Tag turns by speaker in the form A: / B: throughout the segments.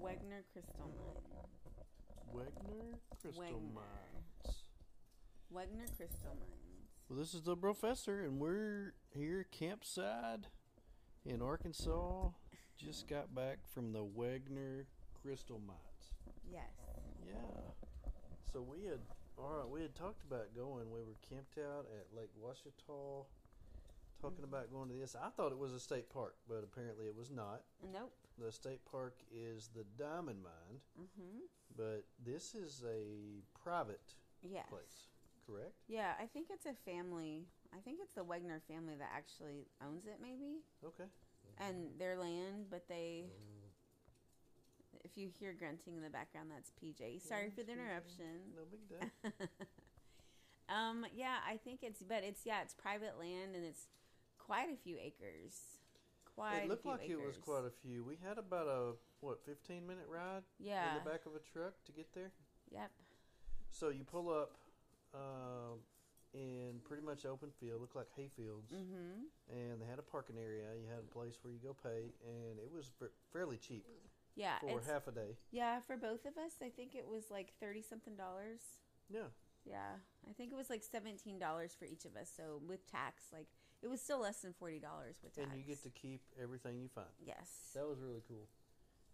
A: Wegner Crystal Mine.
B: Wegner Crystal
A: Wegner.
B: Mines.
A: Wegner Crystal Mines.
B: Well, this is the professor, and we're here campside in Arkansas. Just got back from the Wegner Crystal Mines.
A: Yes.
B: Yeah. So we had all right. We had talked about going. We were camped out at Lake Washita, talking about going to this. I thought it was a state park, but apparently it was not.
A: Nope.
B: The state park is the Diamond Mine,
A: Mm-hmm.
B: but this is a private
A: Yes.
B: place, correct?
A: Yeah, I think it's a family. I think it's the Wegner family that actually owns it, maybe,
B: Okay.
A: and their land. But they,
B: Mm-hmm.
A: if you hear grunting in the background, that's PJ. Sorry for the interruption.
B: No big deal.
A: Um, yeah, I think it's, but it's yeah, it's private land and it's quite a few acres. Quite.
B: It
A: a
B: looked
A: few
B: like it was
A: acres.
B: quite a few. We had about a what, fifteen minute ride
A: Yeah.
B: in the back of a truck to get there.
A: Yep.
B: So you pull up um, in pretty much open field, looked like hay fields,
A: Mm-hmm.
B: and they had a parking area. You had a place where you go pay, and it was fa- fairly cheap
A: Yeah. Uh,
B: for
A: it's-
B: half a day.
A: Yeah, for both of us, I think it was like thirty something dollars.
B: Yeah,
A: Yeah, I think it was like seventeen dollars for each of us. So with tax, like it was still less than forty dollars with tax.
B: and you get to keep everything you find.
A: yes,
B: That was really cool.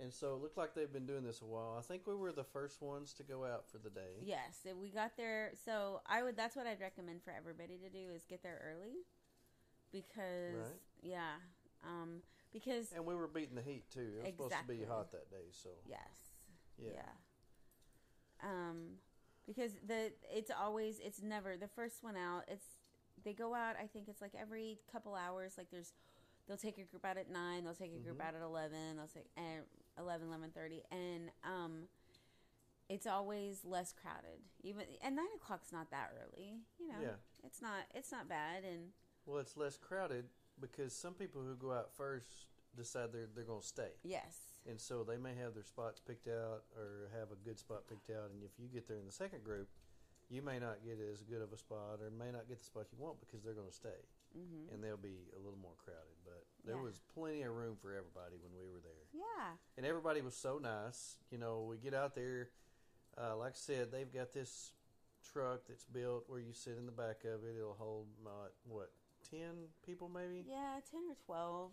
B: And so it looked like they've been doing this a while. I think we were the first ones to go out for the day.
A: yes. and We got there, so I would. That's what I'd recommend for everybody to do is get there early, because
B: Right.
A: yeah, um, because
B: And we were beating the heat too. It was supposed to
A: Exactly.
B: be hot that day, so
A: yes,
B: yeah.
A: yeah. Um, because the it's always it's never the first one out. It's they go out. I think it's like every couple hours. Like there's, they'll take a group out at nine. They'll take a group
B: Mhm.
A: out at eleven. They'll take and eleven, eleven thirty, and um, it's always less crowded. Even and nine o'clock's not that early. You know,
B: Yeah.
A: it's not it's not bad. And
B: Well, it's less crowded because some people who go out first decide they're they're going to stay.
A: yes,
B: And so they may have their spots picked out or have a good spot picked out. And if you get there in the second group, you may not get as good of a spot or may not get the spot you want because they're going to stay.
A: hmm
B: And they'll be a little more crowded. But there
A: Yeah.
B: was plenty of room for everybody when we were there.
A: yeah,
B: And everybody was so nice. You know, we get out there. Uh, like I said, they've got this truck that's built where you sit in the back of it. It'll hold, uh, what, 10 people maybe?
A: Yeah, ten or twelve,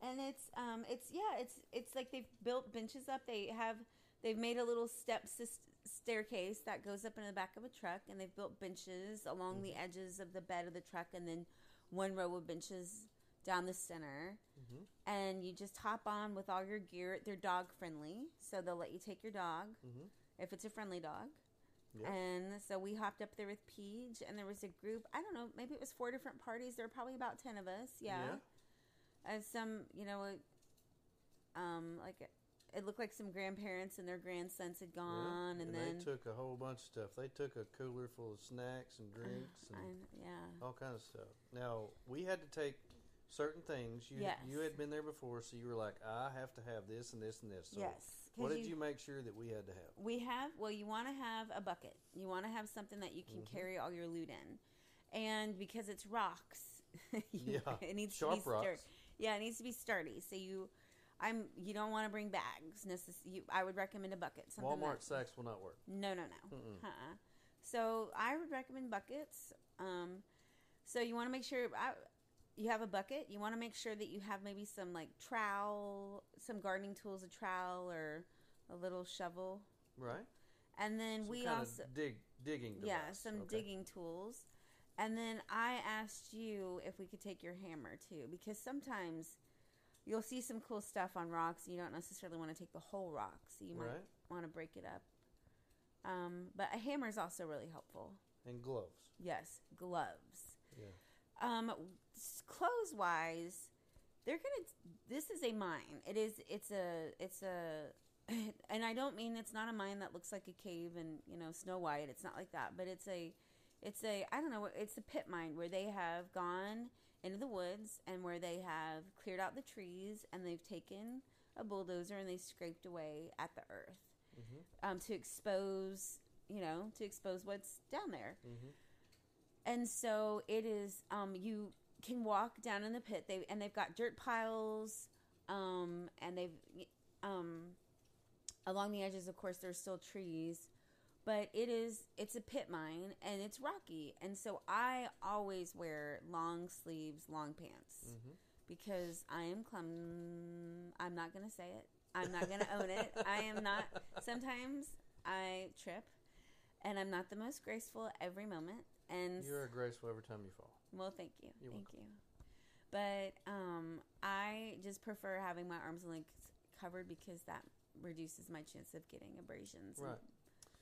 A: and it's um, it's yeah, it's it's like they've built benches up. They have they've made a little step sis- staircase that goes up in the back of a truck, and they've built benches along the edges of the bed of the truck, and then one row of benches down the center.
B: Mm-hmm.
A: And you just hop on with all your gear. They're dog friendly, so they'll let you take your dog
B: Mm-hmm.
A: if it's a friendly dog.
B: Yeah.
A: And so we hopped up there with Peach, and there was a group. I don't know, maybe it was four different parties. There were probably about ten of us. Yeah, and some, you know, um, like it looked like some grandparents and their grandsons had
B: Yeah,
A: gone, and, then
B: they took a whole bunch of stuff. They took a cooler full of snacks and drinks
A: I
B: and
A: kn- yeah,
B: all kind of stuff. Now we had to take certain things. You
A: Yes.
B: you had been there before, so you were like, I have to have this and this and this. So
A: Yes, 'cause
B: What did
A: you-
B: you make sure that we had to have?
A: we have. Well, you want to have a bucket. You want to have something that you can
B: Mm-hmm.
A: carry all your loot in, and because it's rocks, you-
B: Yeah,
A: it needs
B: sharp
A: to be sturdy.
B: rocks.
A: Yeah, it needs to be sturdy. So you, I'm. You don't want to bring bags. Necess- you, I would recommend a bucket. Something
B: Walmart
A: that,
B: sacks will not work.
A: No, no, no. Uh-uh. So I would recommend buckets. Um, so you want to make sure I, you have a bucket. You want to make sure that you have maybe some like trowel, some gardening tools, a trowel or a little shovel,
B: Right?
A: and then
B: Some
A: we
B: kind
A: also
B: of dig digging. Device.
A: yeah some
B: Okay.
A: digging tools. And then I asked you if we could take your hammer too, because sometimes you'll see some cool stuff on rocks. And you don't necessarily want to take the whole rock, so you might
B: Right.
A: want to break it up. Um, but a hammer is also really helpful.
B: and gloves.
A: Yes, gloves.
B: Yeah.
A: Um, clothes wise, they're gonna. This is a mine. It is. It's a. It's a. And I don't mean it's not a mine that looks like a cave and you know Snow White. It's not like that, but it's a. It's a. I don't know. It's a pit mine where they have gone into the woods and where they have cleared out the trees and they've taken a bulldozer and they scraped away at the earth
B: Mm-hmm,
A: um, to expose. You know, to expose what's down there.
B: mm-hmm,
A: And so it is um you can walk down in the pit. They and they've got dirt piles um and they've um Along the edges, of course, there's still trees, but it is it's a pit mine and it's rocky. And so I always wear long sleeves, long pants
B: Mm-hmm.
A: because I am clum. I'm not gonna say it. I'm not gonna own it. I am not. Sometimes I trip, and I'm not the most graceful every moment. And
B: You are graceful every time you fall.
A: well, thank you.
B: You're
A: thank you. But um, I just prefer having my arms and legs covered because that reduces my chance of getting abrasions. and-
B: Right.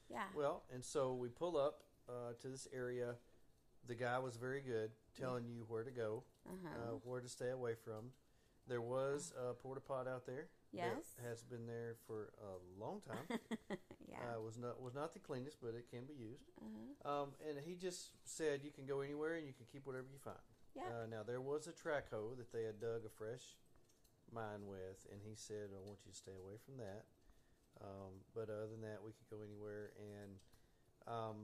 A: yeah.
B: Well, and so we pull up uh, to this area. The guy was very good, telling you where to go,
A: Uh-huh.
B: uh, where to stay away from. There was a porta pot out there.
A: Yes.
B: that has been there for a long time.
A: yeah.
B: uh, was not was not the cleanest, but it can be used.
A: uh-huh.
B: Um, and he just said you can go anywhere and you can keep whatever you find.
A: Yeah.
B: Uh, now there was a track hole that they had dug a fresh mine with, and he said, "I want you to stay away from that." Um, but other than that, we could go anywhere, and um,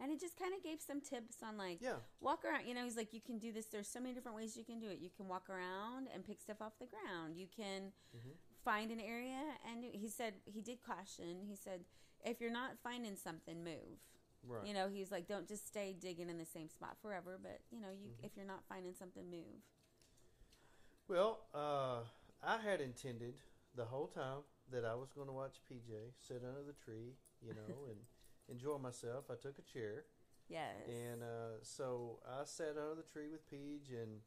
A: And it just kind of gave some tips on like
B: yeah,
A: walk around. You know, he's like, you can do this. There's so many different ways you can do it. You can walk around and pick stuff off the ground. You can
B: Mhm.
A: find an area, and he said he did caution. He said, if you're not finding something, move.
B: right.
A: You know, he's like, don't just stay digging in the same spot forever. But you know, you
B: Mhm.
A: if you're not finding something, move.
B: Well, uh, I had intended the whole time that I was going to watch PJ sit under the tree, you know, and enjoy myself. I took a chair.
A: Yes.
B: And uh, so I sat under the tree with Peach, and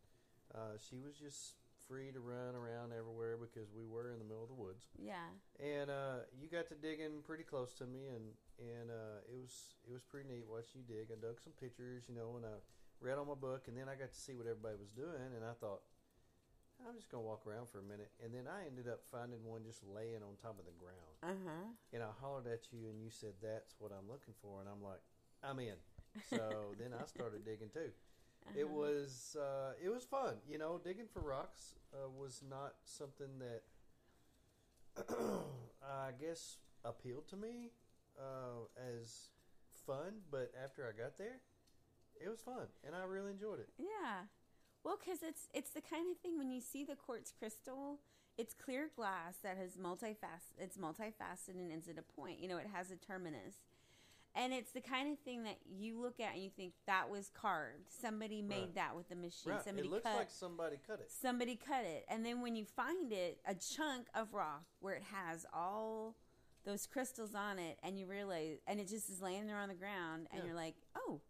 B: uh, she was just free to run around everywhere because we were in the middle of the woods.
A: yeah.
B: And uh, you got to digging pretty close to me, and and uh, it was it was pretty neat watching you dig. I dug some pictures, you know, and I read on my book, and then I got to see what everybody was doing, and I thought. I'm just gonna walk around for a minute, and then I ended up finding one just laying on top of the ground.
A: Uh huh.
B: And I hollered at you, and you said, "That's what I'm looking for," and I'm like, "I'm in." So then I started digging too.
A: Uh-huh.
B: It was uh, it was fun, you know. Digging for rocks uh, was not something that I guess appealed to me uh, as fun, but after I got there, it was fun, and I really enjoyed it.
A: Yeah. Well, because it's it's the kind of thing when you see the quartz crystal, it's clear glass that has multifac it's multifaceted and ends at a point. You know, it has a terminus, and it's the kind of thing that you look at and you think that was carved. Somebody made
B: Right.
A: that with a machine.
B: Right.
A: Somebody
B: It looks
A: cut.
B: like somebody cut it.
A: Somebody cut it, and then when you find it, a chunk of rock where it has all those crystals on it, and you realize, and it just is laying there on the ground, and
B: Yeah.
A: you're like, "Oh,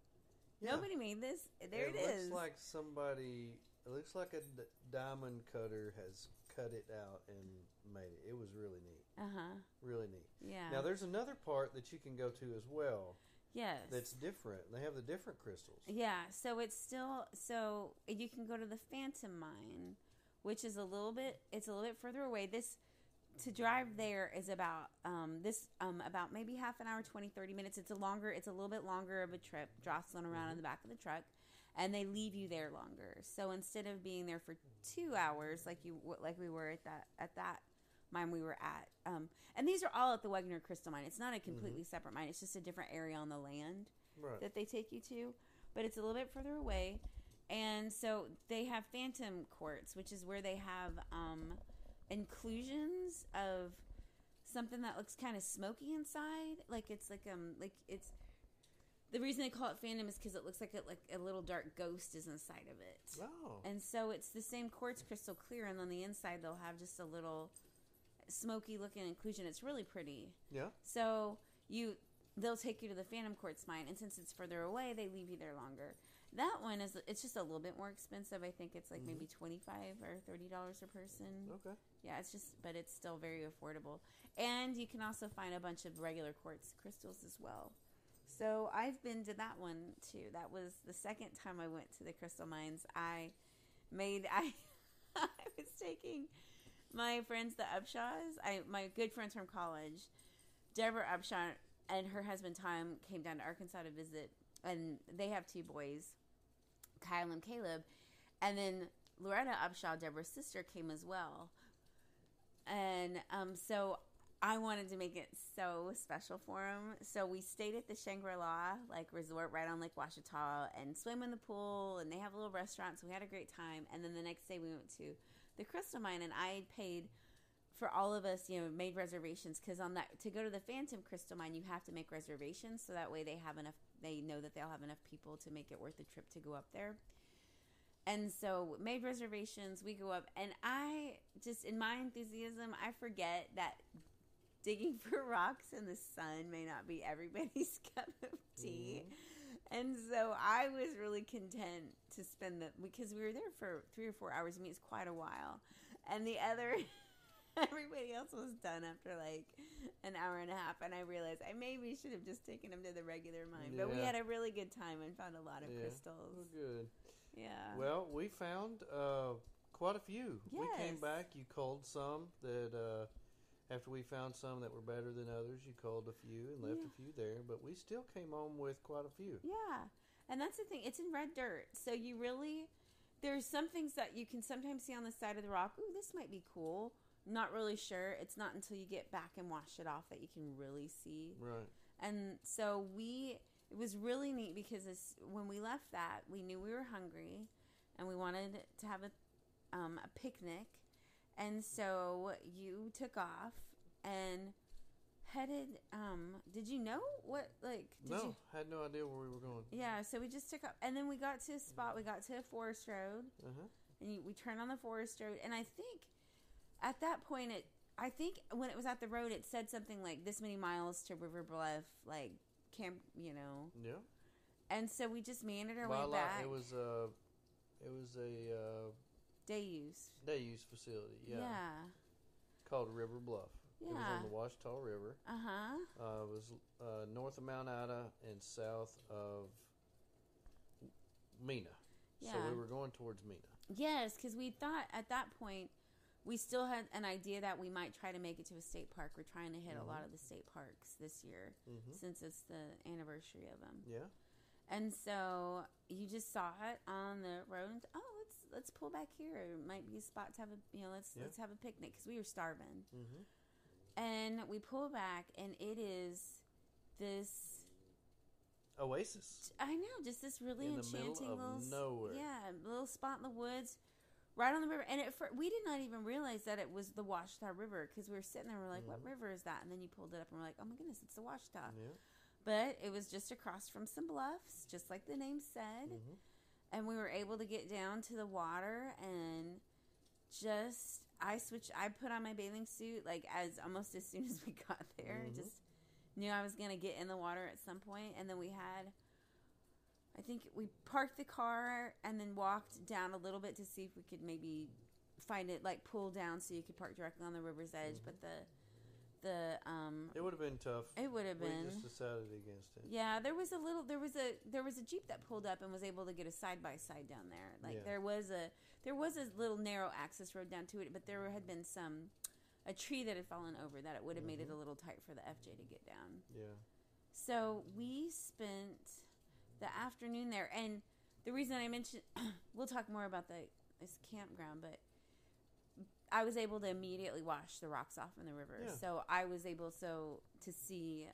B: Yeah.
A: nobody made this. There it
B: it
A: is."
B: looks like somebody. It looks like a d- diamond cutter has cut it out and made it. It was really neat.
A: uh huh.
B: Really neat.
A: Yeah.
B: Now there's another part that you can go to as well.
A: Yes.
B: That's different. They have the different crystals.
A: yeah. So it's still so you can go to the Phantom Mine, which is a little bit it's a little bit further away. This to drive there is about um this um about maybe half an hour, 20, 30 minutes. It's a longer it's a little bit longer of a trip, jostling around in the back of the truck. And they leave you there longer. So instead of being there for two hours, like you like we were at that at that mine we were at, um, and these are all at the Wegner Crystal Mine. It's not a completely separate mine. It's just a different area on the land
B: Right.
A: that they take you to, but it's a little bit further away. And so they have phantom courts, which is where they have um, inclusions of something that looks kind of smoky inside, like it's like um like it's the reason they call it phantom is because it looks like it like a little dark ghost is inside of it.
B: oh.
A: And so it's the same quartz crystal clear, and on the inside they'll have just a little smoky looking inclusion. It's really pretty.
B: yeah.
A: So you they'll take you to the Phantom Quartz mine, and since it's further away, they leave you there longer. That one is it's just a little bit more expensive. I think it's like
B: Mhm.
A: maybe twenty five or thirty dollars a person.
B: Okay.
A: Yeah, it's just but it's still very affordable. And you can also find a bunch of regular quartz crystals as well. So I've been to that one too. That was the second time I went to the crystal mines. I made I I was taking my friends the Upshaws. I my good friends from college, Deborah Upshaw and her husband Tom came down to Arkansas to visit, and they have two boys, Kyle and Caleb, and then Loretta Upshaw, Deborah's sister, came as well, and um, so I wanted to make it so special for them. So we stayed at the Shangri La like resort right on Lake Washita and swam in the pool, and they have a little restaurant, so we had a great time. And then the next day we went to the Crystal Mine, and I paid for all of us, you know, made reservations because on that to go to the Phantom Crystal Mine, you have to make reservations so that way they have enough. They know that they'll have enough people to make it worth the trip to go up there. And so made reservations, we go up, and I just in my enthusiasm, I forget that digging for rocks in the sun may not be everybody's cup of tea. And so I was really content to spend the because we were there for three or four hours. I mean, it's quite a while. And the other, everybody else was done after like an hour and a half. And I realized I maybe should have just taken them to the regular mine. But we
B: Yeah.
A: had a really good time and found a lot of
B: Yeah.
A: crystals.
B: good.
A: Yeah.
B: Well, we found uh, quite a few. We came
A: Yes.
B: back. You culled some that uh, after we found some that were better than others. You culled a few and left
A: Yeah.
B: a few there, but we still came home with quite a few.
A: Yeah. And that's the thing. It's in red dirt. So you really there's some things that you can sometimes see on the side of the rock. Ooh, this might be cool. Not really sure. It's not until you get back and wash it off that you can really see.
B: Right.
A: And so we it was really neat because this, when we left that, we knew we were hungry and we wanted to have a um, a picnic. And so you took off and headed um did you know what like did
B: no,
A: you
B: had no idea where we were going.
A: yeah, so we just took up, and then we got to a spot. We got to a forest road,
B: Uh-huh.
A: and you, we turned on the forest road. And I think at that point, it I think when it was at the road, it said something like this many miles to River Bluff, like camp, you know.
B: Yeah.
A: And so we just meandered our
B: By
A: way
B: lot,
A: back.
B: uh, it was a, it was a uh,
A: day use.
B: day use facility.
A: Yeah.
B: Called River Bluff. It was
A: Yeah.
B: on the Washita River.
A: Uh huh.
B: Uh, it was uh, north of Mount Ida and south of Mina. So
A: Yeah.
B: we were going towards Mina.
A: Yes, because we thought at that point we still had an idea that we might try to make it to a state park. We're trying to hit
B: Mhm.
A: a lot of the state parks this year
B: Mm-hmm.
A: since it's the anniversary of them.
B: Yeah.
A: And so you just saw it on the road. And oh, let's let's pull back here. It might be a spot to have a you know let's
B: Yeah.
A: let's have a picnic because we were starving.
B: Mm-hmm.
A: And we pull back, and it is this
B: Oasis.
A: I know just this really
B: In the middle
A: enchanting
B: of
A: little s-
B: nowhere.
A: yeah little spot in the woods. Right on the river, and at fir- we did not even realize that it was the Washita River because we were sitting there, and we're like, "What
B: Mhm.
A: river is that?" And then you pulled it up, and we're like, "Oh my goodness, it's the Washita!"
B: Yeah.
A: But it was just across from some bluffs, just like the name said.
B: Mm-hmm.
A: and we were able to get down to the water and just I switched I put on my bathing suit like as almost as soon as we got there
B: Mhm.
A: just knew I was going to get in the water at some point and then we had I think we parked the car and then walked down a little bit to see if we could maybe find it like pull down so you could park directly on the river's edge but the the um
B: It would have been tough.
A: it would have
B: we
A: been
B: just decided against it.
A: yeah, there was a little. There was a there was a jeep that pulled up and was able to get a side by side down there. Like
B: Yeah.
A: there was a there was a little narrow access road down to it, but there had been some a tree that had fallen over that it would have made it a little tight for the FJ to get down.
B: Yeah.
A: So we spent the afternoon there, and the reason I mentioned we'll talk more about the this campground, but I was able to immediately wash the rocks off in the river,
B: Yeah.
A: so I was able so to see,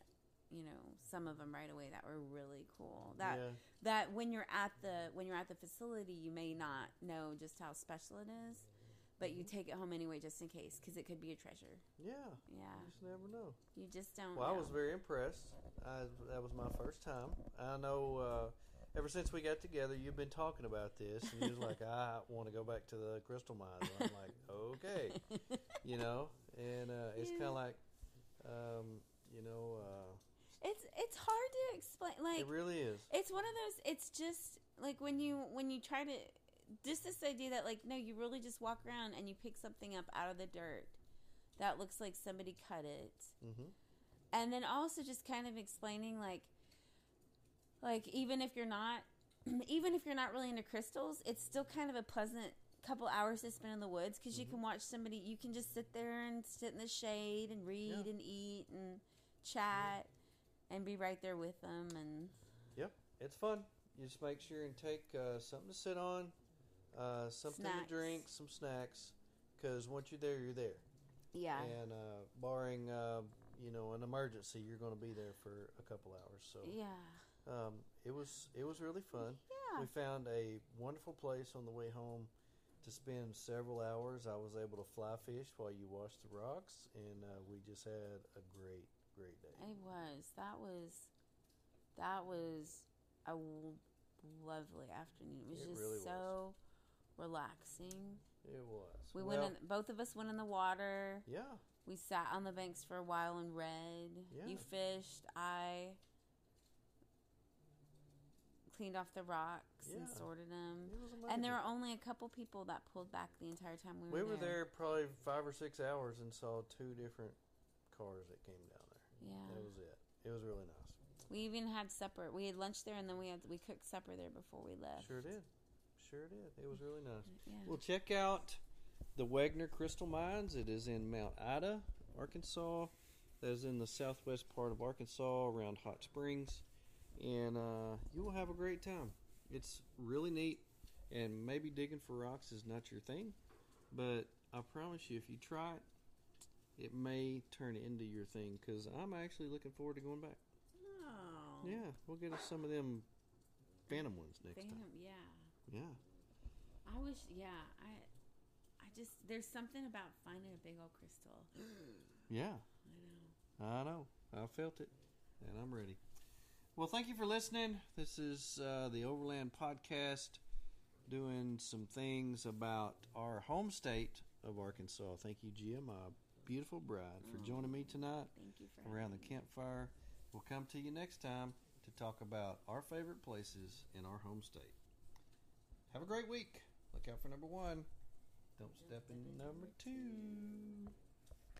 A: you know, some of them right away that were really cool. That
B: yeah.
A: that when you're at the when you're at the facility, you may not know just how special it is, but
B: Mm-hmm.
A: you take it home anyway just in case because it could be a treasure.
B: Yeah. You
A: Yeah,
B: just never know.
A: you just don't.
B: Well, I
A: know.
B: was very impressed. I, that was my first time. I know. Uh, ever since we got together, you've been talking about this, and you was like, "I want to go back to the crystal mines." And I'm like, "Okay," you know. And uh, it's
A: Yeah.
B: kind of like, um, you know, uh,
A: It's it's hard to explain. Like
B: it really is.
A: it's one of those. It's just like when you when you try to just this idea that like no, you really just walk around and you pick something up out of the dirt that looks like somebody cut it,
B: Mm-hmm.
A: and then also just kind of explaining like like even if you're not even if you're not really into crystals, it's still kind of a pleasant couple hours to spend in the woods because
B: Mm-hmm.
A: you can watch somebody. You can just sit there and sit in the shade and read and eat and chat. And be right there with them, and
B: It's fun. You just make sure and take uh, something to sit on, uh, something
A: Snacks.
B: to drink, some snacks, because once you're there, you're there.
A: yeah,
B: And uh, barring, uh, you know, an emergency, you're going to be there for a couple hours. So.
A: Yeah.
B: Um, it was it was really fun.
A: Yeah.
B: We found a wonderful place on the way home to spend several hours. I was able to fly fish while you washed the rocks, and uh, we just had a great, great day.
A: It was. That was. That was a w- lovely afternoon. It was
B: It
A: just
B: really was.
A: so relaxing.
B: It was.
A: We
B: well,
A: went in. Both of us went in the water.
B: Yeah,
A: We sat on the banks for a while and read. You
B: Yeah.
A: fished. I cleaned off the rocks and
B: Yeah.
A: sorted them.
B: it was amazing.
A: Mm-hmm. And there Mm-hmm. were only a couple people that pulled back the entire time we were
B: we were there probably five or six hours and saw two different cars that came down there.
A: Yeah.
B: That was it. It was really nice.
A: We even had supper. We had lunch there, and then we had we cooked supper there before we left.
B: Sure did. Sure did. It was really nice.
A: Yeah.
B: Well, check out the Wagner Crystal Mines. It is in Mount Ida, Arkansas. That is in the southwest part of Arkansas, around Hot Springs, and uh, you will have a great time. It's really neat, and maybe digging for rocks is not your thing, but I promise you, if you try it, it may turn into your thing. Because I'm actually looking forward to going back.
A: Oh.
B: Yeah, we'll get us some of them phantom ones next
A: Damn,
B: time.
A: yeah.
B: Yeah,
A: I wish. Yeah. I. I just there's something about finding a big old crystal. I
B: yeah.
A: know.
B: I know. I felt it, and I'm ready. Well, thank you for listening. This is uh, the Overland Podcast doing some things about our home state of Arkansas. Thank you, Gia, my beautiful bride, for joining me tonight
A: Thank you for
B: around the
A: having me.
B: campfire. We'll come to you next time to talk about our favorite places in our home state. Have a great week. Look out for number one. Don't step in number two.